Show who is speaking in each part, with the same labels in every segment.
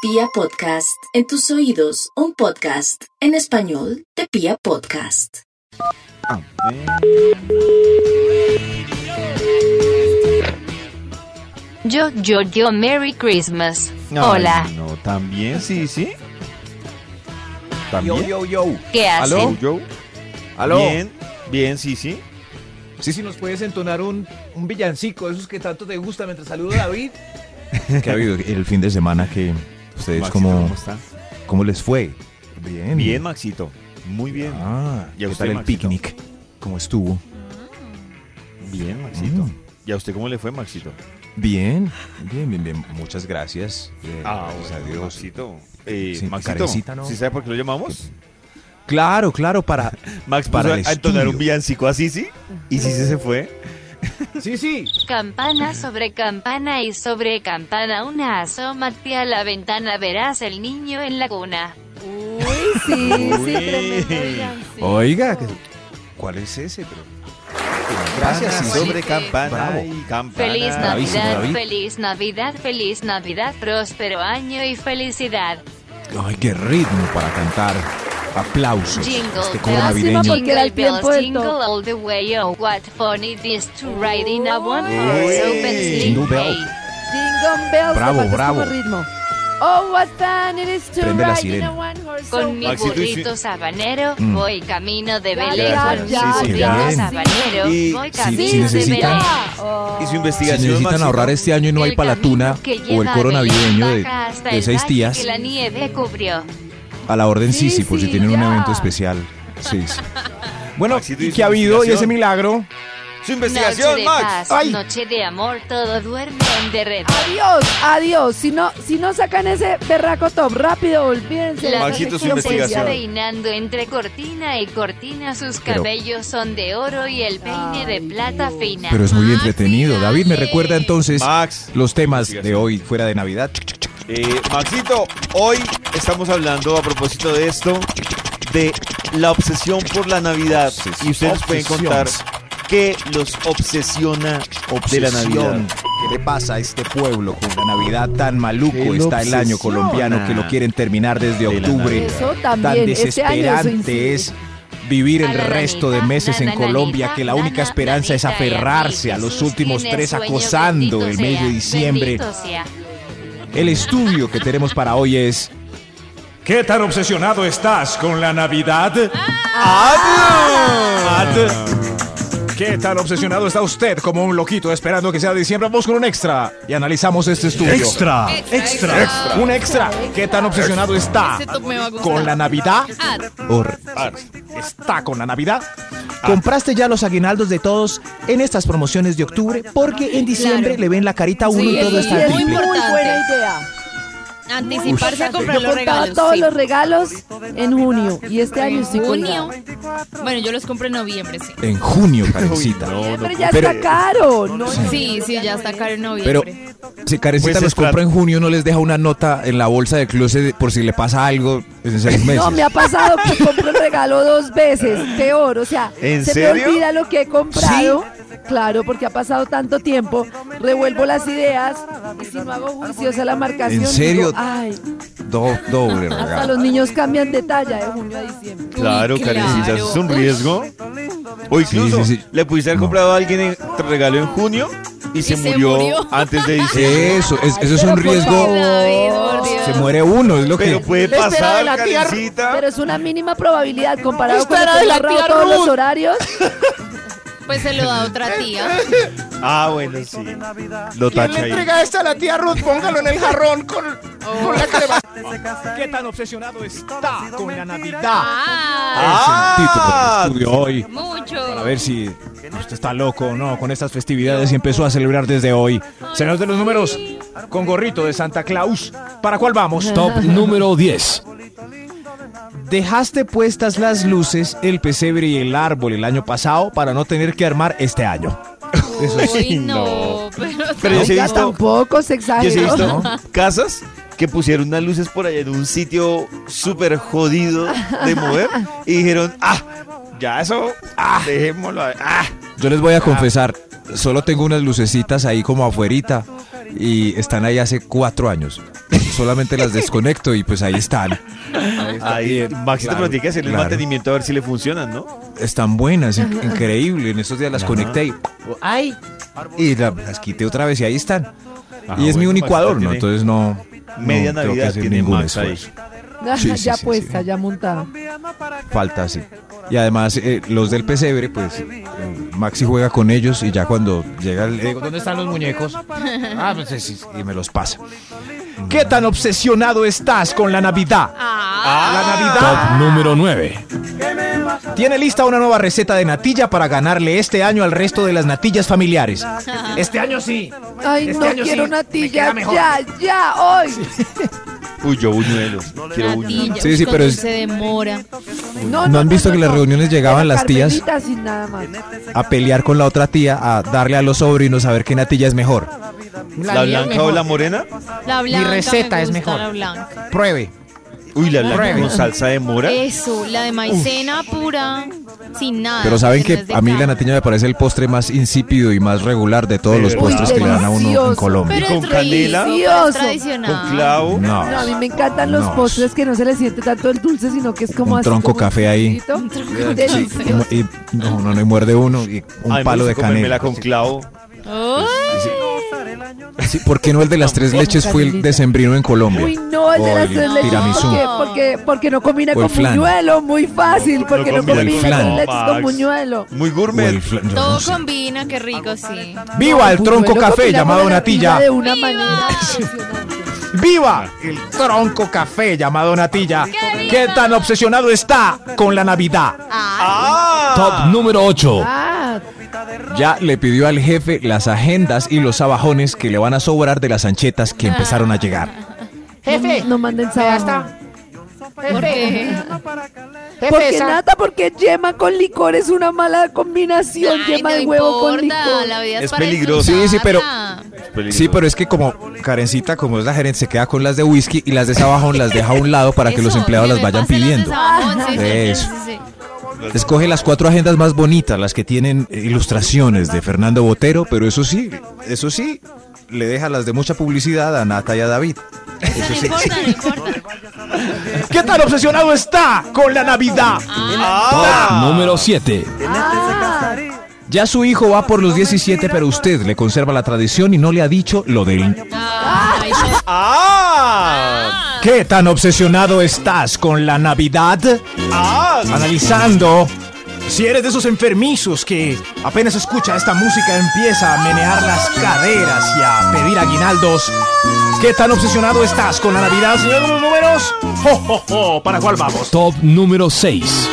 Speaker 1: Pia Podcast, en tus oídos, un podcast en español de Pia Podcast.
Speaker 2: A ver.
Speaker 3: Yo, yo, yo, Merry Christmas.
Speaker 2: Ay,
Speaker 3: Hola,
Speaker 2: No, también, sí, sí. También.
Speaker 4: Yo, yo, yo.
Speaker 3: ¿qué hacen?
Speaker 2: Aló, yo.
Speaker 4: Aló.
Speaker 2: Bien, bien, sí, sí.
Speaker 4: Sí, sí, nos puedes entonar un, un villancico, esos que tanto te gusta mientras saludo a David.
Speaker 5: ¿Qué ha habido el fin de semana que ustedes
Speaker 2: Maxito,
Speaker 5: como
Speaker 2: ¿cómo está?
Speaker 5: cómo les fue? Bien.
Speaker 2: Bien, Maxito. Muy bien.
Speaker 5: Ah,
Speaker 2: ¿Y a
Speaker 5: ¿qué
Speaker 2: usted,
Speaker 5: tal el
Speaker 2: Maxito?
Speaker 5: picnic? ¿Cómo estuvo?
Speaker 2: Bien, Maxito.
Speaker 5: Mm.
Speaker 2: ¿Y a usted cómo le fue, Maxito?
Speaker 5: Bien. Bien, bien, bien. Muchas gracias. Eh, gracias a
Speaker 2: Ah, bueno,
Speaker 5: Dios.
Speaker 2: Maxito. Eh,
Speaker 5: Sí,
Speaker 2: Maxito,
Speaker 5: carecita, ¿no?
Speaker 2: ¿sí sabe por qué lo llamamos?
Speaker 5: Claro, claro, para
Speaker 2: Max
Speaker 5: Para
Speaker 2: puso
Speaker 5: el
Speaker 2: a- a entonar
Speaker 5: estudio.
Speaker 2: un villancico así, ¿sí? Y sí, sí se fue.
Speaker 4: Sí, sí.
Speaker 3: Campana sobre campana y sobre campana una asómate a la ventana verás el niño en la cuna.
Speaker 6: Uy, sí,
Speaker 2: Uy.
Speaker 6: sí, tremendo villancico.
Speaker 5: Oiga, que- ¿cuál es ese? Pero
Speaker 2: Gracias,
Speaker 5: Ah,
Speaker 2: y
Speaker 5: sí.
Speaker 2: sobre campana
Speaker 5: Bravo.
Speaker 2: y campana.
Speaker 3: Feliz
Speaker 5: bravísimo,
Speaker 3: Navidad,
Speaker 5: David.
Speaker 3: feliz Navidad, feliz Navidad, próspero año y felicidad.
Speaker 5: ay, qué ritmo para cantar. Aplausos.
Speaker 3: Jingle
Speaker 5: Este coro
Speaker 3: bells,
Speaker 5: navideño.
Speaker 6: Lástima porque- era el
Speaker 3: jingle
Speaker 6: tiempo
Speaker 3: bells,
Speaker 6: del
Speaker 3: jingle
Speaker 6: top.
Speaker 3: all the way. Oh, what fun it is to ride in a one
Speaker 2: Uy.
Speaker 3: horse open
Speaker 5: Jingle
Speaker 3: sleigh.
Speaker 5: bell.
Speaker 6: Jingle bells,
Speaker 5: Bravo,
Speaker 6: aparte es
Speaker 5: bravo.
Speaker 6: como ritmo. Oh, what fun it is to
Speaker 5: Prende la
Speaker 6: ride in
Speaker 5: sirena.
Speaker 6: a one horse
Speaker 3: Con
Speaker 6: open
Speaker 3: mi
Speaker 2: Maxito, y
Speaker 3: burrito sabanero,
Speaker 5: Mm.
Speaker 3: voy camino de
Speaker 6: Ya,
Speaker 3: Belén.
Speaker 2: ya,
Speaker 3: Con
Speaker 2: ya,
Speaker 3: mi
Speaker 5: ya,
Speaker 3: burrito
Speaker 5: sí.
Speaker 3: sabanero,
Speaker 2: Y
Speaker 3: voy
Speaker 2: si-
Speaker 5: si
Speaker 3: camino de
Speaker 5: necesitan-
Speaker 3: Belén.
Speaker 2: Y su
Speaker 5: Si
Speaker 2: investigación,
Speaker 5: necesitan
Speaker 2: Maxito.
Speaker 5: ahorrar este año y no hay para la tuna o el coro navideño de, de seis tías,
Speaker 3: Que la nieve cubrió.
Speaker 5: A la orden
Speaker 6: Sí,
Speaker 5: sí, sí, por si
Speaker 6: sí,
Speaker 5: tienen un
Speaker 6: ya.
Speaker 5: evento especial. Sí, sí. Bueno,
Speaker 2: Maxito, ¿y
Speaker 5: ¿y
Speaker 2: su
Speaker 5: qué ha habido? ¿Y
Speaker 2: investigación?
Speaker 5: ese milagro?
Speaker 2: ¡Su
Speaker 3: Noche
Speaker 2: investigación,
Speaker 3: de
Speaker 2: Max!
Speaker 3: paz,
Speaker 5: Ay.
Speaker 3: noche de amor, todo duerme en red.
Speaker 6: Adiós, adiós. Si no, si no sacan ese berraco top, rápido, olvídense.
Speaker 3: La
Speaker 2: Maxito, su
Speaker 3: princesa
Speaker 2: investigación.
Speaker 3: peinando entre cortina y cortina, sus
Speaker 5: Pero-
Speaker 3: cabellos son de oro y el peine de
Speaker 6: Ay,
Speaker 3: plata
Speaker 6: Dios.
Speaker 3: fina.
Speaker 5: Pero es muy entretenido. David, ¿me recuerda entonces
Speaker 2: Max.
Speaker 5: los temas de hoy fuera de Navidad?
Speaker 2: Eh, Maxito, hoy estamos hablando a propósito de esto, de la obsesión por la Navidad.
Speaker 5: Obses-
Speaker 2: y ustedes nos pueden contar
Speaker 5: obsesiones.
Speaker 2: qué los obsesiona de la Navidad.
Speaker 5: Obsesión. ¿Qué le pasa a este pueblo con la Navidad tan maluco?
Speaker 2: ¿Qué lo
Speaker 5: Está el año
Speaker 2: obsesiona?
Speaker 5: colombiano que lo quieren terminar desde
Speaker 2: De la
Speaker 5: octubre.
Speaker 2: Navidad.
Speaker 6: Eso
Speaker 5: Tan
Speaker 6: también. Este año eso
Speaker 5: desesperante
Speaker 6: incide.
Speaker 5: es vivir el
Speaker 3: Nana,
Speaker 5: resto de
Speaker 3: nanita,
Speaker 5: meses en
Speaker 3: nana,
Speaker 5: Colombia
Speaker 3: nanita,
Speaker 5: que la única
Speaker 3: nana,
Speaker 5: esperanza es
Speaker 3: nanita, y
Speaker 5: aferrarse a
Speaker 3: Jesús
Speaker 5: los últimos
Speaker 3: tiene
Speaker 5: tres
Speaker 3: sueño,
Speaker 5: acosando el
Speaker 3: bendito
Speaker 5: mes de
Speaker 3: sea,
Speaker 5: diciembre.
Speaker 3: bendito sea.
Speaker 5: El estudio que tenemos para hoy es
Speaker 7: ¿Qué tan obsesionado estás con la Navidad?
Speaker 5: Ah. ¿Qué tan obsesionado está usted como un loquito esperando que sea diciembre? Vamos con un extra y analizamos este estudio.
Speaker 7: Extra, extra.
Speaker 5: Un extra. ¿Qué tan obsesionado está con la Navidad? ¿O re- está con la Navidad? ¿Compraste ya los aguinaldos de todos en estas promociones de octubre? Porque en diciembre le ven la carita a uno y todo
Speaker 6: Sí,
Speaker 5: está
Speaker 6: es
Speaker 5: al
Speaker 6: muy
Speaker 5: triple.
Speaker 6: buena idea.
Speaker 8: Anticiparse a comprar
Speaker 6: Yo
Speaker 8: los
Speaker 6: compraba
Speaker 8: regalos.
Speaker 6: todos
Speaker 8: sí.
Speaker 6: los regalos en junio y este año estoy
Speaker 8: Junio.
Speaker 6: colgada.
Speaker 8: Bueno, yo los compro en noviembre, sí.
Speaker 5: En junio, Karencita.
Speaker 6: Pero ya
Speaker 5: Pero-
Speaker 6: está caro. No, no,
Speaker 8: Sí, sí, ya está caro en
Speaker 5: Pero
Speaker 8: noviembre.
Speaker 5: si Karencita
Speaker 2: Pues
Speaker 5: los
Speaker 2: está-
Speaker 5: compra en junio, no les deja una nota en la bolsa de closet por si le pasa algo en seis meses.
Speaker 6: No, me ha pasado que compro el regalo dos veces, peor, o sea,
Speaker 2: ¿En
Speaker 6: se
Speaker 2: serio?
Speaker 6: me olvida lo que he comprado. Claro, porque ha pasado tanto tiempo, revuelvo las ideas y si no hago juiciosa la marcación,
Speaker 5: ¿En serio?
Speaker 6: digo, ay,
Speaker 5: Do- doble
Speaker 6: hasta
Speaker 5: regalo.
Speaker 6: los niños cambian de talla de junio a diciembre.
Speaker 2: Claro,
Speaker 8: Uy,
Speaker 2: Karencita, eso es un
Speaker 8: Uy,
Speaker 2: riesgo. O incluso,
Speaker 5: sí, sí.
Speaker 2: le pudiste haber
Speaker 5: No.
Speaker 2: comprado a alguien en te regaló en junio y, se,
Speaker 8: se
Speaker 2: murió
Speaker 8: murió.
Speaker 2: antes de diciembre.
Speaker 5: Eso, es- eso es
Speaker 6: Pero
Speaker 5: un
Speaker 6: por
Speaker 5: riesgo.
Speaker 8: David, por Dios.
Speaker 5: Oh, Se muere uno, es lo que.
Speaker 2: Pero puede
Speaker 6: La espera de
Speaker 2: pasar,
Speaker 6: la tía-
Speaker 2: Karencita.
Speaker 6: Pero es una mínima probabilidad comparado con
Speaker 8: Espera
Speaker 6: lo que
Speaker 8: de la
Speaker 6: he ahorrado
Speaker 8: tía
Speaker 6: todos los
Speaker 8: Ruth.
Speaker 6: horarios.
Speaker 8: Pues se lo da otra tía.
Speaker 2: Ah, bueno, sí. Lo tacha ahí.
Speaker 5: esta a la tía Ruth? Póngalo en el jarrón con, la crema. ¿Qué tan obsesionado está con la Navidad?
Speaker 8: Ah,
Speaker 2: Ah.
Speaker 5: Ah, el estudio hoy. Para
Speaker 8: mucho.
Speaker 5: ver si usted está loco o no con estas festividades y empezó a celebrar desde hoy. Señores de los números, con gorrito de Santa Claus. ¿Para cuál vamos? Top número 10. Dejaste puestas las luces, el pesebre y el árbol el año pasado para no tener que armar este año.
Speaker 8: Uy, no. Pero,
Speaker 2: Pero yo sí he
Speaker 6: Ya
Speaker 2: visto,
Speaker 6: tampoco se
Speaker 2: yo sí he
Speaker 6: exageró.
Speaker 2: visto casas que pusieron unas luces por allá en un sitio súper jodido de mover y dijeron, ah, ya eso, ah, dejémoslo, ahí, ah.
Speaker 5: Yo les voy a confesar, solo tengo unas lucecitas ahí como afuerita y están ahí hace cuatro años. solamente las desconecto y pues ahí están.
Speaker 2: Ahí, eh,
Speaker 5: bien,
Speaker 2: Maxito,
Speaker 5: claro,
Speaker 2: pero tiene que hacerle el
Speaker 5: claro.
Speaker 2: mantenimiento a ver si le funcionan, ¿no?
Speaker 5: Están buenas, in- increíble. En estos días las conecté y, ¡ay! y la- las quité otra vez y ahí están. y es mi
Speaker 2: Ah, bueno,
Speaker 5: unicuador,
Speaker 2: Maxito
Speaker 5: ¿no?
Speaker 2: tiene
Speaker 5: Entonces no.
Speaker 2: Media
Speaker 5: no tengo que
Speaker 2: Navidad
Speaker 5: hacer
Speaker 2: tiene
Speaker 5: ningún
Speaker 2: Max ahí.
Speaker 5: esfuerzo. Sí, sí,
Speaker 6: ya
Speaker 5: sí,
Speaker 6: puesta,
Speaker 5: sí.
Speaker 6: ya montada.
Speaker 5: Falta, sí. Y además, eh, los del pesebre, pues eh, Maxi juega con ellos y ya cuando llega el. le digo, Eh, ¿Dónde están los muñecos? Ah, pues, sí, sí, y me los pasa.
Speaker 4: ¿Qué tan obsesionado estás con la Navidad? la Navidad.
Speaker 7: número 9.
Speaker 4: Tiene lista una nueva receta de natilla para ganarle este año al resto de las natillas familiares. Este año sí.
Speaker 6: Ay,
Speaker 4: Este
Speaker 6: no
Speaker 4: año
Speaker 6: quiero
Speaker 4: sí,
Speaker 6: una
Speaker 4: me
Speaker 6: tilla
Speaker 4: queda mejor.
Speaker 6: ya, ya, hoy.
Speaker 2: Uy, yo buñuelos. Quiero buñuelos.
Speaker 8: Natilla,
Speaker 5: Sí, sí,
Speaker 8: con
Speaker 5: pero es-
Speaker 8: dulce de mora.
Speaker 5: ¿No han visto que las reuniones llegaban
Speaker 6: Pero
Speaker 5: las tías?
Speaker 6: Carmelita sin nada más.
Speaker 5: A pelear con la otra tía, a darle a los sobrinos a ver qué natilla es mejor.
Speaker 2: ¿La,
Speaker 8: mía es
Speaker 2: blanca o
Speaker 8: mejor.
Speaker 2: la morena?
Speaker 8: La blanca.
Speaker 4: receta
Speaker 8: me
Speaker 4: es
Speaker 8: gusta,
Speaker 4: mejor.
Speaker 8: La blanca.
Speaker 5: Pruebe.
Speaker 2: Uy, la blanca
Speaker 4: Pruebe.
Speaker 2: con salsa de mora.
Speaker 8: Eso, la de maicena pura, sin nada.
Speaker 3: Ah,
Speaker 5: Pero saben que
Speaker 8: no es de
Speaker 5: a mí la
Speaker 8: cama.
Speaker 5: natilla me parece el postre más insípido y más regular de todos
Speaker 2: De
Speaker 5: los
Speaker 2: verdad.
Speaker 5: postres que le dan a uno en
Speaker 6: Delicioso.
Speaker 5: Colombia.
Speaker 8: Pero
Speaker 2: con
Speaker 8: es
Speaker 2: canela.
Speaker 8: rico, es
Speaker 2: Con
Speaker 8: tradicional.
Speaker 2: clavo.
Speaker 5: No.
Speaker 6: No, a mí me encantan los
Speaker 5: No.
Speaker 6: postres que no se le siente tanto el dulce, sino que es como
Speaker 5: Un
Speaker 6: así.
Speaker 5: tronco
Speaker 6: como
Speaker 5: café ahí.
Speaker 6: frito.
Speaker 5: Sí,
Speaker 6: Delicioso.
Speaker 5: y, y- no, no, no, y muerde uno y un
Speaker 2: Ay, me
Speaker 5: palo
Speaker 2: gusta
Speaker 5: de
Speaker 2: comérmela
Speaker 5: canela.
Speaker 2: con clavo.
Speaker 8: Uy,
Speaker 5: Sí, ¿Por qué no el de las tres leches fue el
Speaker 6: canelita.
Speaker 5: decembrino en Colombia?
Speaker 6: Uy, no, el de las
Speaker 5: O el
Speaker 6: tres leches.
Speaker 5: tiramisú.
Speaker 6: Porque, porque, porque no combina
Speaker 5: O el
Speaker 6: con
Speaker 5: flan.
Speaker 6: buñuelo, muy fácil. Porque no,
Speaker 2: combina
Speaker 5: el
Speaker 6: combina
Speaker 5: flan.
Speaker 6: las
Speaker 5: No,
Speaker 6: leches con
Speaker 2: Max.
Speaker 6: buñuelo.
Speaker 2: Muy
Speaker 5: O
Speaker 2: gourmet.
Speaker 5: el flan, yo
Speaker 8: todo
Speaker 5: no sé.
Speaker 8: combina, qué rico, sí.
Speaker 5: ¡Viva el tronco
Speaker 6: Buñuelo
Speaker 5: café
Speaker 6: combina
Speaker 5: llamado
Speaker 6: con la
Speaker 5: natilla!
Speaker 6: De una
Speaker 8: ¡Viva!
Speaker 6: manera impresionante.
Speaker 4: ¡Viva!
Speaker 5: Ah.
Speaker 4: El tronco café llamado natilla. ¿Qué tan obsesionado está con la Navidad?
Speaker 5: Ah.
Speaker 7: Top número 8.
Speaker 6: Ah,
Speaker 5: Ya le pidió al jefe las agendas y los abajones que le van a sobrar de las anchetas que empezaron a llegar.
Speaker 6: no, no manden sábado.
Speaker 8: Porque
Speaker 6: Porque nada, porque yema con licor es una mala combinación.
Speaker 8: Ay,
Speaker 6: yema
Speaker 8: no
Speaker 6: de huevo con
Speaker 8: importa,
Speaker 6: licor.
Speaker 8: La vida es,
Speaker 2: Es
Speaker 8: para
Speaker 2: peligroso.
Speaker 5: Sí, sí, pero-
Speaker 8: disfrutarla.
Speaker 5: Sí, pero es que como Karencita, como es la gerente, se queda con las de whisky y las de ese abajón las deja a un lado para que los
Speaker 8: Eso,
Speaker 5: empleados
Speaker 8: que
Speaker 5: las
Speaker 8: me
Speaker 5: vayan
Speaker 8: pasen
Speaker 5: pidiendo.
Speaker 8: de Sabajón, sí, sí, sí,
Speaker 5: Eso.
Speaker 8: sí, sí, sí.
Speaker 5: Escoge las cuatro agendas más bonitas, las que tienen eh, ilustraciones de Fernando Botero, pero eso sí, eso sí, le deja las de mucha publicidad a Nata y a David.
Speaker 8: No importa, no importa.
Speaker 4: ¿Qué tan obsesionado está con la Navidad? Ah.
Speaker 7: Número 7.
Speaker 4: este
Speaker 8: Ah.
Speaker 5: Ya su hijo va por los 17, pero usted le conserva la tradición y no le ha dicho lo del...
Speaker 8: Ay, no.
Speaker 4: ¿Qué tan obsesionado estás con la Navidad? Analizando Ah. si eres de esos enfermizos que apenas escucha esta música empieza a menear las caderas y a pedir aguinaldos. ¿Qué tan obsesionado estás con la Navidad, señor de los números? ¡Jo, jo, jo! ¿Para cuál vamos?
Speaker 7: Top número 6.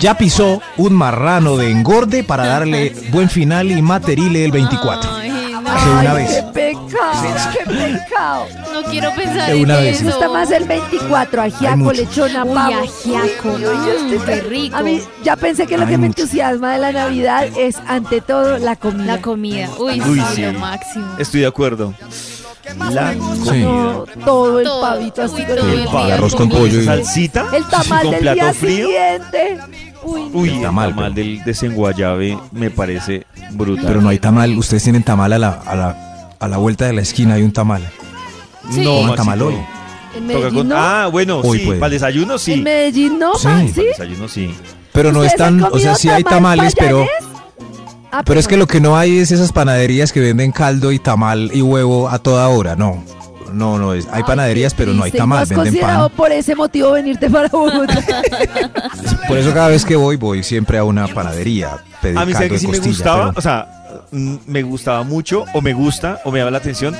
Speaker 5: Ya pisó un marrano de engorde para darle buen final y materile el 24.
Speaker 8: Ay,
Speaker 5: De
Speaker 8: no.
Speaker 5: una
Speaker 6: Ay,
Speaker 5: vez.
Speaker 6: Qué pecado, qué pecado.
Speaker 8: No quiero pensar
Speaker 5: De una
Speaker 8: en
Speaker 5: vez.
Speaker 8: eso.
Speaker 6: Me gusta más el 24,
Speaker 5: Hay
Speaker 6: ajiaco,
Speaker 5: mucho.
Speaker 6: lechona,
Speaker 8: Uy,
Speaker 6: pavo.
Speaker 8: ajiaco,
Speaker 6: Uy, uy, yo estoy
Speaker 8: mm,
Speaker 6: tan-
Speaker 8: qué rico.
Speaker 6: A mí, ya pensé que lo
Speaker 5: Hay
Speaker 6: que me
Speaker 5: mucho.
Speaker 6: entusiasma de la Navidad es, ante todo, la comida.
Speaker 8: La comida. Uy,
Speaker 2: Uy,
Speaker 8: sí,
Speaker 2: sí.
Speaker 8: lo máximo.
Speaker 2: Estoy de acuerdo. La
Speaker 6: No,
Speaker 2: comida.
Speaker 6: todo el
Speaker 8: Todo.
Speaker 6: pavito así
Speaker 8: Uy,
Speaker 6: con
Speaker 8: todo
Speaker 6: el,
Speaker 8: el día
Speaker 5: arroz
Speaker 8: con
Speaker 5: con pollo y-
Speaker 2: ¿Salsita?
Speaker 6: el tamal
Speaker 2: con
Speaker 6: del
Speaker 2: plato
Speaker 6: día
Speaker 2: frío.
Speaker 6: siguiente. Uy,
Speaker 2: Uy,
Speaker 5: El
Speaker 2: el
Speaker 5: tamal,
Speaker 2: tamal,
Speaker 5: pero-
Speaker 2: del desenguayabe me parece brutal.
Speaker 5: Pero no hay tamal, ustedes tienen tamal a la, a la, a la vuelta de la esquina, hay un tamal.
Speaker 8: Sí.
Speaker 2: No,
Speaker 5: Coman
Speaker 2: Maxito.
Speaker 5: tamal hoy.
Speaker 2: Toca
Speaker 6: en Medellín
Speaker 2: con-
Speaker 6: no.
Speaker 2: Ah, bueno,
Speaker 5: Hoy
Speaker 2: sí.
Speaker 5: puede.
Speaker 2: Para el desayuno, sí.
Speaker 6: En Medellín no,
Speaker 5: Sí.
Speaker 6: Maxi.
Speaker 2: Para el desayuno, sí.
Speaker 5: Pero no
Speaker 6: ¿Ustedes han
Speaker 5: están, o sea,
Speaker 6: comido
Speaker 5: sí hay
Speaker 6: tamal
Speaker 5: tamales, pero...
Speaker 6: payanés? Ah,
Speaker 5: Pero es que lo que no hay es esas panaderías que venden caldo y tamal y huevo a toda hora, no. No, no, es- hay panaderías, pero no hay
Speaker 6: triste, ¿y
Speaker 5: tamal,
Speaker 6: ¿No has
Speaker 5: venden
Speaker 6: considerado
Speaker 5: pan.
Speaker 6: por ese motivo venirte para Bogotá?
Speaker 5: Por eso cada vez que voy, voy siempre a una panadería a pedir
Speaker 2: A mí sé
Speaker 5: caldo
Speaker 2: que
Speaker 5: de
Speaker 2: sí me
Speaker 5: costilla,
Speaker 2: gustaba,
Speaker 5: pero-
Speaker 2: o sea, mm, me gustaba mucho o me gusta o me daba la atención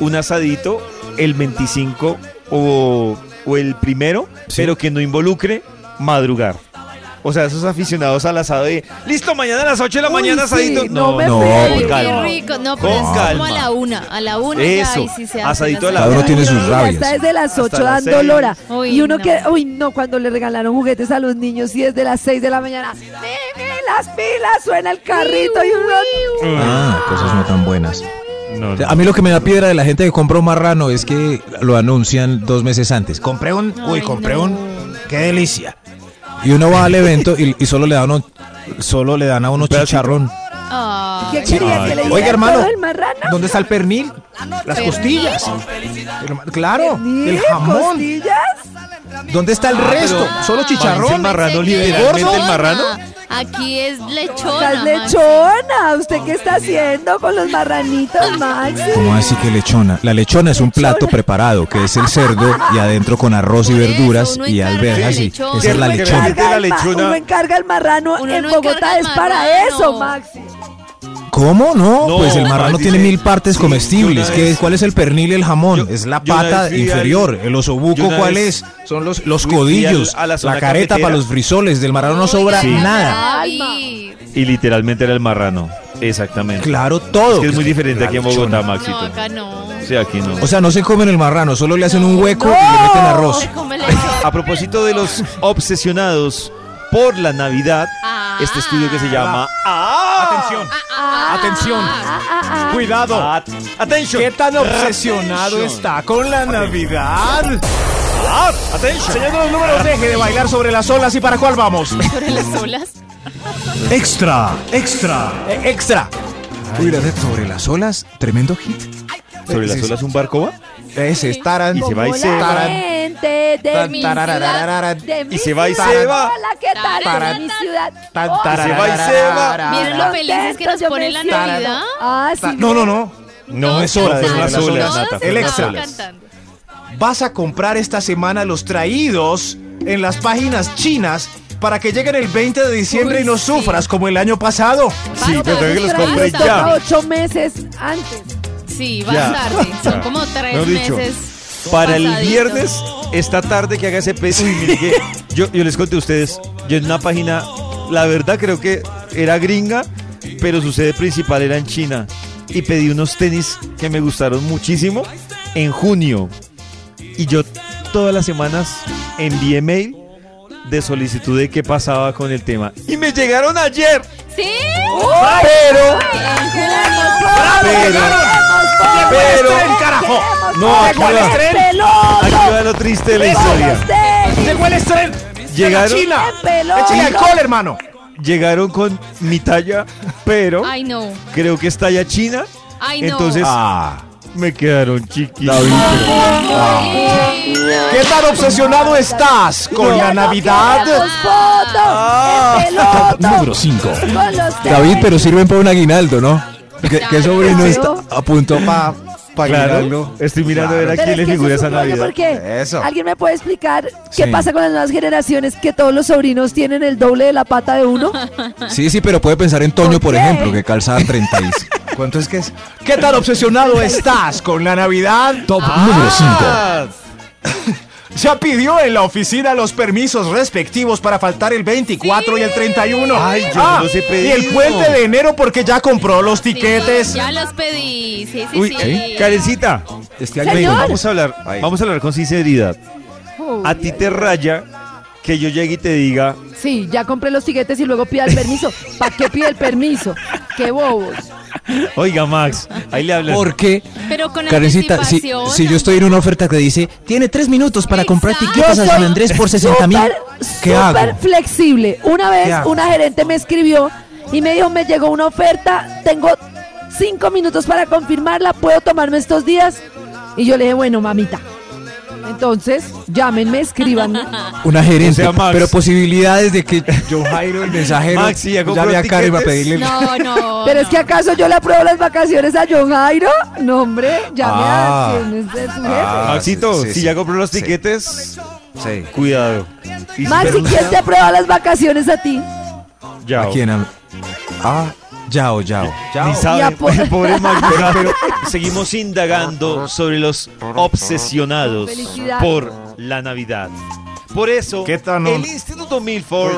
Speaker 2: un asadito el 25 o, o el primero,
Speaker 5: Sí.
Speaker 2: pero que no involucre madrugar. O sea, esos aficionados al asado de, listo, mañana a las 8 de la
Speaker 6: Uy,
Speaker 2: mañana
Speaker 6: sí,
Speaker 2: asadito.
Speaker 6: no me
Speaker 5: no,
Speaker 6: pegues.
Speaker 8: Ay,
Speaker 2: con
Speaker 8: qué
Speaker 2: calma.
Speaker 8: rico. No,
Speaker 2: Con
Speaker 8: pero es como
Speaker 2: calma.
Speaker 8: a la una. A la una ya,
Speaker 2: Eso,
Speaker 8: y sí se hace
Speaker 2: asadito a la
Speaker 5: Cada uno
Speaker 2: hora.
Speaker 5: tiene sus
Speaker 6: Uy, ya
Speaker 5: rabias.
Speaker 6: Está desde las
Speaker 2: Hasta
Speaker 6: 8
Speaker 2: las
Speaker 6: dando
Speaker 2: seis.
Speaker 6: lora.
Speaker 8: Uy,
Speaker 6: y uno
Speaker 8: no.
Speaker 6: que, uy, no, cuando le regalaron juguetes a los niños y desde las 6 de la mañana, "Mimi, las pilas, suena el carrito y uno.
Speaker 5: Ah, cosas no tan buenas.
Speaker 2: No,
Speaker 5: O sea, A mí lo que me da piedra de la gente que compra un marrano es que lo anuncian dos meses antes. Compré un...
Speaker 8: Ay,
Speaker 5: Uy, compré
Speaker 8: no.
Speaker 5: un... ¡Qué delicia! Y uno va al evento y, y solo le dan, un- solo le dan a uno chicharrón.
Speaker 8: Ah,
Speaker 6: ¿Qué quería
Speaker 5: Ay,
Speaker 6: que le
Speaker 5: oiga,
Speaker 6: diera el
Speaker 4: hermano.
Speaker 6: codo del marrano?
Speaker 4: ¿Dónde está el pernil? Las
Speaker 8: Pernil.
Speaker 4: costillas. Herma- Claro,
Speaker 6: Ni
Speaker 4: el jamón.
Speaker 6: ¿Costillas?
Speaker 4: ¿Dónde está
Speaker 5: Ah,
Speaker 4: el resto? Solo
Speaker 2: Parece
Speaker 4: chicharrón.
Speaker 2: marrano
Speaker 8: Pensé que
Speaker 2: literalmente
Speaker 8: lechona.
Speaker 2: el marrano.
Speaker 8: Aquí es lechona.
Speaker 6: Las
Speaker 8: Max.
Speaker 6: lechona. ¿Usted qué está haciendo con los marranitos, Maxi?
Speaker 5: ¿Cómo así que lechona? La lechona es un plato preparado que es el cerdo y adentro con arroz y
Speaker 8: Por eso,
Speaker 5: verduras
Speaker 8: uno
Speaker 5: y
Speaker 8: encarna
Speaker 5: alberjas y
Speaker 8: lechona.
Speaker 5: esa es la
Speaker 2: Que
Speaker 6: Uno
Speaker 2: vende
Speaker 5: lechona.
Speaker 2: la
Speaker 6: encarga el ma-
Speaker 2: lechona.
Speaker 6: Uno encarga el marrano
Speaker 8: Uno
Speaker 6: en
Speaker 8: no
Speaker 6: Bogotá
Speaker 8: encarga
Speaker 6: es
Speaker 8: el
Speaker 6: para
Speaker 8: marrano.
Speaker 6: eso, Maxi.
Speaker 5: ¿Cómo? No,
Speaker 2: No,
Speaker 5: pues el marrano
Speaker 2: Max
Speaker 5: tiene
Speaker 2: dice-
Speaker 5: mil partes
Speaker 2: Sí,
Speaker 5: comestibles.
Speaker 2: yo una
Speaker 5: ¿Qué-
Speaker 2: vez-
Speaker 5: ¿Cuál es el pernil y el
Speaker 2: Yo-
Speaker 5: jamón? es la
Speaker 2: yo una vez
Speaker 5: pata
Speaker 2: fui al-
Speaker 5: inferior. el
Speaker 2: yo
Speaker 5: osobuco,
Speaker 2: una
Speaker 5: ¿cuál
Speaker 2: vez
Speaker 5: es? Son los, los
Speaker 2: fui al-
Speaker 5: codillos.
Speaker 2: a la
Speaker 5: la,
Speaker 2: zona
Speaker 5: careta
Speaker 2: cafetera.
Speaker 5: para los frisoles. Del marrano no sobra
Speaker 8: Oiga,
Speaker 5: nada.
Speaker 8: David.
Speaker 2: Y literalmente era el marrano. Exactamente.
Speaker 5: Claro, todo.
Speaker 2: Es que es muy diferente aquí en Bogotá, Maxito.
Speaker 8: No, acá no.
Speaker 2: Sí, aquí no.
Speaker 5: O sea, no se comen el marrano, solo le hacen un hueco y le meten arroz.
Speaker 8: Se come lechona.
Speaker 2: A propósito de los obsesionados por la Navidad,
Speaker 8: Ah.
Speaker 2: este estudio que se llama
Speaker 4: Atención. Atención.
Speaker 2: ah.
Speaker 5: Ah,
Speaker 4: Cuidado.
Speaker 2: At- Attention.
Speaker 4: ¿Qué tan obsesionado
Speaker 2: Atención.
Speaker 4: está con la Navidad?
Speaker 2: At- Attention.
Speaker 4: Señor de los números, deje de bailar sobre las olas y para cuál vamos.
Speaker 8: Sobre las olas.
Speaker 7: Extra, extra.
Speaker 4: Eh, extra.
Speaker 5: Uy, la de sobre las olas, tremendo hit.
Speaker 2: Sobre las
Speaker 5: Sí, sí.
Speaker 2: olas un barco va
Speaker 5: Ese es taran.
Speaker 2: Y se va y
Speaker 6: Como
Speaker 2: se
Speaker 6: la
Speaker 2: va.
Speaker 6: gente de
Speaker 5: Tan,
Speaker 6: mi ciudad.
Speaker 5: tararararara.
Speaker 6: de mi
Speaker 2: Y se va y
Speaker 6: ciudad.
Speaker 2: se va.
Speaker 6: Hola, ¿qué tal?
Speaker 5: Taran.
Speaker 6: De mi ciudad.
Speaker 5: Tan,
Speaker 6: Oh,
Speaker 5: taran,
Speaker 2: se va y se va.
Speaker 8: ¿Vieron lo felices que nos
Speaker 6: yo
Speaker 8: pone
Speaker 6: me
Speaker 8: la
Speaker 6: siento.
Speaker 8: Navidad?
Speaker 6: Ah, sí.
Speaker 5: Ta- No, no, no.
Speaker 2: No,
Speaker 8: Todos
Speaker 2: es hora de
Speaker 8: cantando,
Speaker 2: las olas,
Speaker 8: todos
Speaker 2: Nata.
Speaker 5: El extra.
Speaker 8: estaban cantando.
Speaker 4: Vas a comprar esta semana los traídos en las páginas chinas para que lleguen el 20 de diciembre
Speaker 8: Uy,
Speaker 4: y no
Speaker 8: sí.
Speaker 4: sufras como el año pasado.
Speaker 2: Sí, pero tengo que los
Speaker 8: Basta,
Speaker 2: compré
Speaker 8: basta.
Speaker 2: ya.
Speaker 6: ocho meses antes.
Speaker 8: Sí,
Speaker 2: Ya.
Speaker 8: van tarde.
Speaker 2: Ya.
Speaker 8: Son como tres
Speaker 2: Mejor dicho,
Speaker 8: meses.
Speaker 2: Para el
Speaker 8: pasaditos.
Speaker 2: viernes, esta tarde que haga ese peso. yo, yo les conté a ustedes, yo en una página, la verdad creo que era gringa, pero su sede principal era en China. Y pedí unos tenis que me gustaron muchísimo en junio. Y yo todas las semanas envié mail de solicitud de qué pasaba con el tema. Y me llegaron ayer.
Speaker 8: Sí.
Speaker 2: Oh. Pero,
Speaker 6: ¡Queremos bolas!
Speaker 2: pero,
Speaker 4: ¡El carajo!
Speaker 2: no, aquí
Speaker 4: ¡Llegó el
Speaker 2: va,
Speaker 4: estreno!
Speaker 6: ¡Peloso!
Speaker 2: aquí va lo triste de la historia.
Speaker 4: ¡Llegó el estreno!
Speaker 2: Llegaron,
Speaker 4: ¡China!
Speaker 6: ¡Qué pelota!
Speaker 4: ¡Échale alcohol, hermano!
Speaker 2: llegaron con mi talla, pero
Speaker 8: Ay, no.
Speaker 2: creo que es talla china.
Speaker 8: Ay, no.
Speaker 2: Entonces
Speaker 5: Ah,
Speaker 2: me quedaron chiquitos.
Speaker 8: Ay, no.
Speaker 4: ¿Qué tan obsesionado estás con la Navidad?
Speaker 2: Ah.
Speaker 6: Número 5.
Speaker 5: David, pero sirven para un aguinaldo, ¿no? Que, que sobrino
Speaker 6: Claro.
Speaker 5: está a punto para pa
Speaker 2: Claro,
Speaker 5: aguinaldo.
Speaker 2: estoy mirando a ver a
Speaker 6: Pero
Speaker 2: quién le
Speaker 6: es que eso
Speaker 2: figura
Speaker 6: es
Speaker 2: esa
Speaker 6: un rollo
Speaker 2: Navidad.
Speaker 6: porque
Speaker 5: Eso.
Speaker 6: ¿Alguien me puede explicar qué
Speaker 5: Sí.
Speaker 6: pasa con las nuevas generaciones que todos los sobrinos tienen el doble de la pata de uno?
Speaker 5: Sí, sí, pero puede pensar en Toño, por
Speaker 6: Ok.
Speaker 5: ejemplo, que calza 36. ¿Cuánto es que es?
Speaker 4: ¿Qué tan obsesionado estás con la Navidad? Ah,
Speaker 5: Top número 5.
Speaker 2: Ah.
Speaker 4: Ya pidió en la oficina los permisos respectivos para faltar el 24 y el 31.
Speaker 2: Ay, yo no los he
Speaker 4: Y el
Speaker 2: pedido.
Speaker 4: puente de enero porque ya compró los
Speaker 8: Sí,
Speaker 4: tiquetes.
Speaker 8: Ya los pedí. Sí, sí,
Speaker 2: Uy, ¿eh?
Speaker 8: sí.
Speaker 2: Karencita,
Speaker 5: Este
Speaker 6: año- Señor.
Speaker 2: vamos a hablar,
Speaker 5: Ay.
Speaker 2: vamos a hablar con sinceridad. A
Speaker 6: Uy,
Speaker 2: ti te raya que yo llegue y te diga,
Speaker 6: Sí, ya compré los tiquetes y luego pida el permiso. ¿Para qué pide el permiso? ¡Qué bobos!
Speaker 2: oiga Max, ahí le hablan.
Speaker 5: Porque,
Speaker 8: Pero con
Speaker 5: Karencita, si,
Speaker 8: anticipación.
Speaker 5: si yo estoy en una oferta que dice, tiene tres minutos para comprar
Speaker 8: Exacto.
Speaker 5: tiquetes a San Andrés por 60 mil,
Speaker 6: Súper,
Speaker 5: ¿qué
Speaker 6: súper
Speaker 5: hago?
Speaker 6: flexible. Una vez
Speaker 5: hago?
Speaker 6: una gerente me escribió y me dijo, me llegó una oferta, tengo cinco minutos para confirmarla, ¿puedo tomarme estos días? Y yo le dije, bueno, mamita. Entonces, llámenme, escríbanme.
Speaker 5: Una gerente,
Speaker 2: O sea, Max.
Speaker 5: pero posibilidades de que yo, Jairo, el mensajero, pues
Speaker 2: Max, sí, ya
Speaker 5: ya
Speaker 2: compró
Speaker 5: ve a Karen
Speaker 2: tiquetes.
Speaker 5: para pedirle...
Speaker 8: No, no.
Speaker 6: Pero es que acaso yo le apruebo las vacaciones a John Jairo. No, hombre, llame
Speaker 5: Ah.
Speaker 6: a quien es de su jefe.
Speaker 5: Ah,
Speaker 2: Maxito,
Speaker 5: sí, sí,
Speaker 2: si
Speaker 5: sí.
Speaker 2: ya compró los
Speaker 5: Sí.
Speaker 2: tiquetes,
Speaker 5: Sí.
Speaker 2: cuidado. Y si
Speaker 6: Maxi,
Speaker 2: permiso,
Speaker 6: ¿quién te aprueba las vacaciones a ti?
Speaker 2: ya.
Speaker 5: ¿A quién? A- Ah, Yao, Yao.
Speaker 2: Ni
Speaker 6: Ya,
Speaker 2: sabe,
Speaker 6: po-
Speaker 2: el pobre Max. Pero seguimos indagando sobre los obsesionados
Speaker 6: Felicidad.
Speaker 2: por la Navidad. Por eso,
Speaker 4: ¿Qué tan
Speaker 2: el
Speaker 4: hon-
Speaker 2: Instituto Milford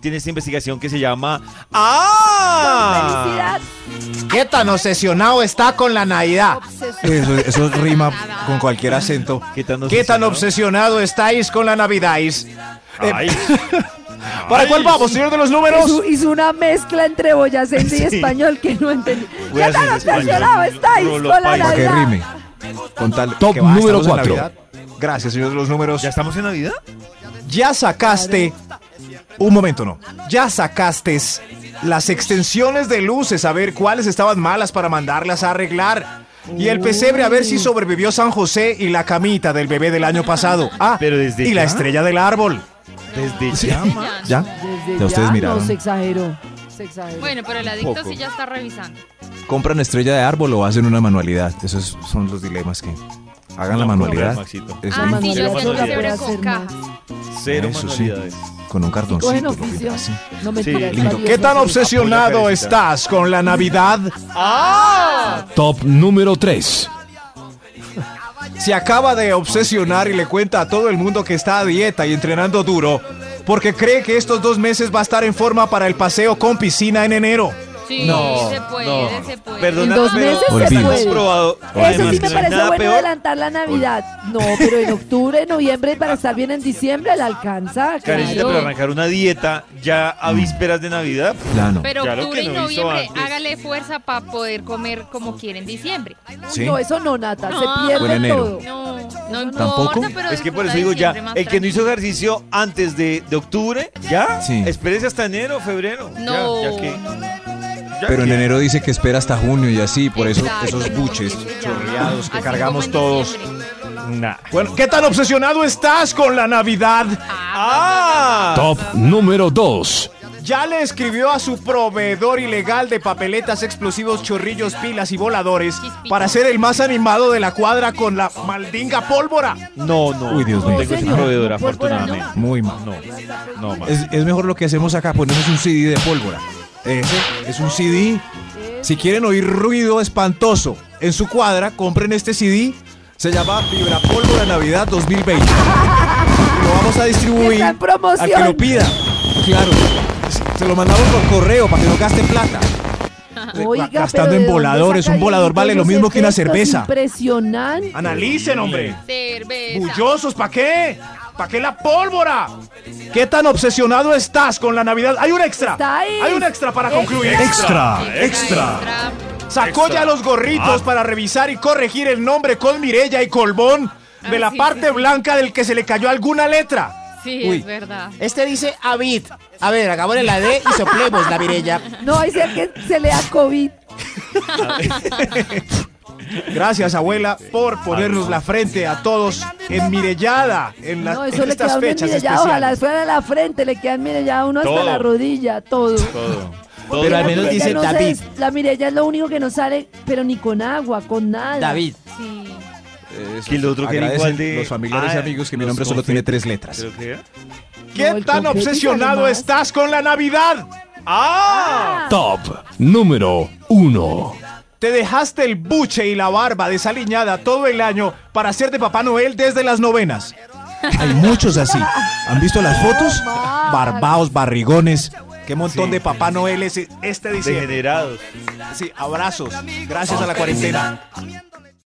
Speaker 2: tiene esta investigación que se llama ¡Ah!
Speaker 5: Ah.
Speaker 6: Felicidad.
Speaker 4: ¿Qué tan obsesionado está con la Navidad?
Speaker 5: Eso, eso rima con cualquier acento.
Speaker 2: ¿Qué tan
Speaker 4: ¿Qué tan
Speaker 2: obsesionado?
Speaker 4: obsesionado estáis con la Navidad?
Speaker 2: Ay.
Speaker 4: ¿Para cuál vamos, señor de los números?
Speaker 6: Hizo, hizo una mezcla entre boyacense y
Speaker 2: Sí.
Speaker 6: español que no entendí.
Speaker 2: Voy a
Speaker 6: ¿Qué tan
Speaker 2: hacer español.
Speaker 6: obsesionado estáis
Speaker 2: Rolo
Speaker 6: con la
Speaker 2: paisa.
Speaker 5: Para que
Speaker 6: Navidad?
Speaker 5: rime. Con tal
Speaker 4: Top
Speaker 5: que va,
Speaker 4: número
Speaker 5: estamos en
Speaker 4: cuatro.
Speaker 5: Navidad. Gracias, señor de los números.
Speaker 2: ¿Ya estamos en Navidad?
Speaker 4: Ya sacaste. Un momento, no. Ya sacaste las extensiones de luces, a ver cuáles estaban malas para mandarlas a arreglar. Y el pesebre a ver si sobrevivió San José y la camita del bebé del año pasado. Ah,
Speaker 2: Pero desde
Speaker 4: y la
Speaker 2: ya.
Speaker 4: estrella del árbol.
Speaker 2: Desde
Speaker 4: Sí.
Speaker 2: ya.
Speaker 4: ¿Ya?
Speaker 6: Desde
Speaker 4: Ya ustedes miraron.
Speaker 6: No, se exageró. Se exageró.
Speaker 8: Bueno, pero el adicto
Speaker 4: poco.
Speaker 8: sí ya está revisando.
Speaker 4: ¿Compran estrella de árbol o hacen una manualidad? Esos son los dilemas que... Hagan
Speaker 2: No,
Speaker 4: la manualidad.
Speaker 2: Maxito.
Speaker 4: Es
Speaker 8: Ah,
Speaker 4: muy
Speaker 8: sí, yo
Speaker 2: Cero
Speaker 8: hacía el
Speaker 2: manualidades.
Speaker 8: pesebre con
Speaker 6: Hacer
Speaker 8: caja.
Speaker 6: más.
Speaker 2: Cero
Speaker 4: Eso sí.
Speaker 2: manualidades.
Speaker 4: con un
Speaker 6: Cogen
Speaker 4: cartoncito. lo
Speaker 6: oficio.
Speaker 4: pintas, sí.
Speaker 6: No me
Speaker 2: Sí, lindo.
Speaker 4: ¿Qué tan obsesionado
Speaker 2: Apoya, Karencita.
Speaker 4: estás con la Navidad?
Speaker 5: Top número 3.
Speaker 4: Se acaba de obsesionar y le cuenta a todo el mundo que está a dieta y entrenando duro porque cree que estos dos meses va a estar en forma para el paseo con piscina en enero.
Speaker 8: Sí,
Speaker 2: No,
Speaker 8: se puede,
Speaker 2: no.
Speaker 8: se puede.
Speaker 2: Perdona,
Speaker 6: En dos
Speaker 2: pero
Speaker 6: meses
Speaker 4: se
Speaker 2: está
Speaker 4: puede.
Speaker 2: comprobado.
Speaker 6: Eso
Speaker 2: además, que
Speaker 6: sí me
Speaker 2: no hay
Speaker 6: parece
Speaker 2: nada
Speaker 6: bueno
Speaker 2: peor.
Speaker 6: adelantar la Navidad. No, pero en octubre, en noviembre, para estar bien en diciembre, la alcanza.
Speaker 2: Karencita,
Speaker 6: claro.
Speaker 2: pero arrancar una dieta ya a
Speaker 4: Mm.
Speaker 2: vísperas de Navidad. pff,
Speaker 4: Claro.
Speaker 8: Pero
Speaker 2: Ya lo
Speaker 8: octubre
Speaker 2: que
Speaker 8: y
Speaker 2: no hizo
Speaker 8: noviembre,
Speaker 2: antes.
Speaker 8: hágale fuerza para poder comer como quiere en diciembre.
Speaker 6: Uy,
Speaker 4: Sí.
Speaker 6: No, eso no, Nata,
Speaker 8: No.
Speaker 6: se
Speaker 4: Buen
Speaker 6: pierde
Speaker 4: enero.
Speaker 6: todo.
Speaker 8: No, no importa,
Speaker 4: ¿Tampoco?
Speaker 8: pero
Speaker 2: Es que por
Speaker 8: disfruta
Speaker 2: eso digo
Speaker 8: diciembre
Speaker 2: ya,
Speaker 8: más
Speaker 2: el que no
Speaker 8: tranquilo.
Speaker 2: hizo ejercicio antes de, de octubre, ya,
Speaker 4: Sí.
Speaker 2: espérese hasta enero, febrero. ya,
Speaker 8: No,
Speaker 2: ya que-
Speaker 8: no,
Speaker 2: ya
Speaker 4: Pero en
Speaker 2: que-
Speaker 4: enero dice que espera hasta junio y así, por eso
Speaker 8: Exacto,
Speaker 4: esos
Speaker 8: no,
Speaker 4: buches
Speaker 8: porque ya-
Speaker 4: chorreados que
Speaker 8: así
Speaker 4: cargamos
Speaker 8: como en
Speaker 4: todos.
Speaker 8: diciembre.
Speaker 2: Nah.
Speaker 4: Bueno, ¿qué tan obsesionado estás con la Navidad?
Speaker 2: ¡Ah!
Speaker 5: Top número 2.
Speaker 4: Ya le escribió a su proveedor ilegal de papeletas, explosivos, chorrillos, pilas y voladores
Speaker 8: Chispitas.
Speaker 4: para ser el más animado de la cuadra con la maldinga pólvora.
Speaker 2: No, no.
Speaker 4: Uy, Dios mío.
Speaker 2: No tengo ese
Speaker 6: Señor,
Speaker 2: proveedor,
Speaker 6: no, por favor,
Speaker 2: afortunadamente.
Speaker 4: Muy mal.
Speaker 2: No, no, más.
Speaker 4: Es, es mejor lo que hacemos acá, pues ponemos un CD de pólvora. Ese es un CD. Si quieren oír ruido espantoso en su cuadra, compren este CD. Se llama Vibra Pólvora Navidad 2020. Lo vamos a distribuir
Speaker 6: Está en promoción.
Speaker 4: al que lo pida. Claro. Se- Se lo mandamos por correo para que no gaste plata.
Speaker 6: Oiga, pero
Speaker 4: Gastando
Speaker 6: ¿de
Speaker 4: en
Speaker 6: dónde
Speaker 4: voladores.
Speaker 6: saca
Speaker 4: Un volador vale lo
Speaker 6: esos
Speaker 4: mismo que una
Speaker 6: efectos
Speaker 4: cerveza.
Speaker 6: Impresionante.
Speaker 4: Analicen, hombre.
Speaker 8: Cerveza.
Speaker 4: ¡Bullosos! ¿Para qué? ¿Para qué la pólvora? ¿Qué tan obsesionado estás con la Navidad? ¡Hay un extra!
Speaker 6: Está ahí.
Speaker 4: ¡Hay un extra para
Speaker 6: Extra.
Speaker 4: concluir!
Speaker 7: Extra,
Speaker 8: Extra.
Speaker 4: Sacó ya los gorritos para revisar y corregir el nombre con Mirella y Colbón de
Speaker 6: Ah,
Speaker 8: Ay,
Speaker 4: la
Speaker 8: sí,
Speaker 4: parte
Speaker 8: sí.
Speaker 4: blanca del que se le cayó alguna letra.
Speaker 8: Sí,
Speaker 4: Uy.
Speaker 8: es verdad.
Speaker 9: Este dice Avid. A ver, hagámosle la D y soplemos la virella.
Speaker 6: No, hay que se le da COVID.
Speaker 4: Gracias, abuela, por ponernos la frente a todos en Mirellada en, la-
Speaker 6: No,
Speaker 4: en
Speaker 6: eso le queda
Speaker 4: estas
Speaker 6: a uno en
Speaker 4: fechas
Speaker 6: Mirellada, ojalá
Speaker 4: especiales.
Speaker 6: fuera de la frente, le quedan Mirellada a uno hasta
Speaker 2: Todo.
Speaker 6: la rodilla, todo.
Speaker 2: Todo.
Speaker 6: Porque
Speaker 9: Pero
Speaker 6: la
Speaker 9: al menos
Speaker 6: Mirella
Speaker 9: dice
Speaker 6: no se
Speaker 9: David.
Speaker 6: des- la Mirella es lo único que no sale, pero ni con agua, con nada.
Speaker 9: David.
Speaker 8: Sí.
Speaker 2: Que el otro que era
Speaker 4: Eh, Agradecen
Speaker 2: igual de-
Speaker 4: Los familiares y
Speaker 2: Ah,
Speaker 4: amigos que mi
Speaker 2: los
Speaker 4: nombre solo tiene
Speaker 2: confetis.
Speaker 4: tres letras.
Speaker 2: ¿Pero qué?
Speaker 4: ¿Qué
Speaker 6: No, el
Speaker 4: tan
Speaker 6: confeti,
Speaker 4: obsesionado
Speaker 6: además.
Speaker 4: estás con la Navidad?
Speaker 2: ¡Ah!
Speaker 5: Top número 1.
Speaker 4: Te dejaste el buche y la barba desaliñada todo el año para ser de Papá Noel desde las novenas. Hay muchos así. ¿Han visto las fotos? Barbaos, barrigones. Qué montón
Speaker 2: Sí.
Speaker 4: de Papá Noel es este diciembre.
Speaker 2: Degenerados.
Speaker 4: Sí, abrazos. Gracias a la cuarentena.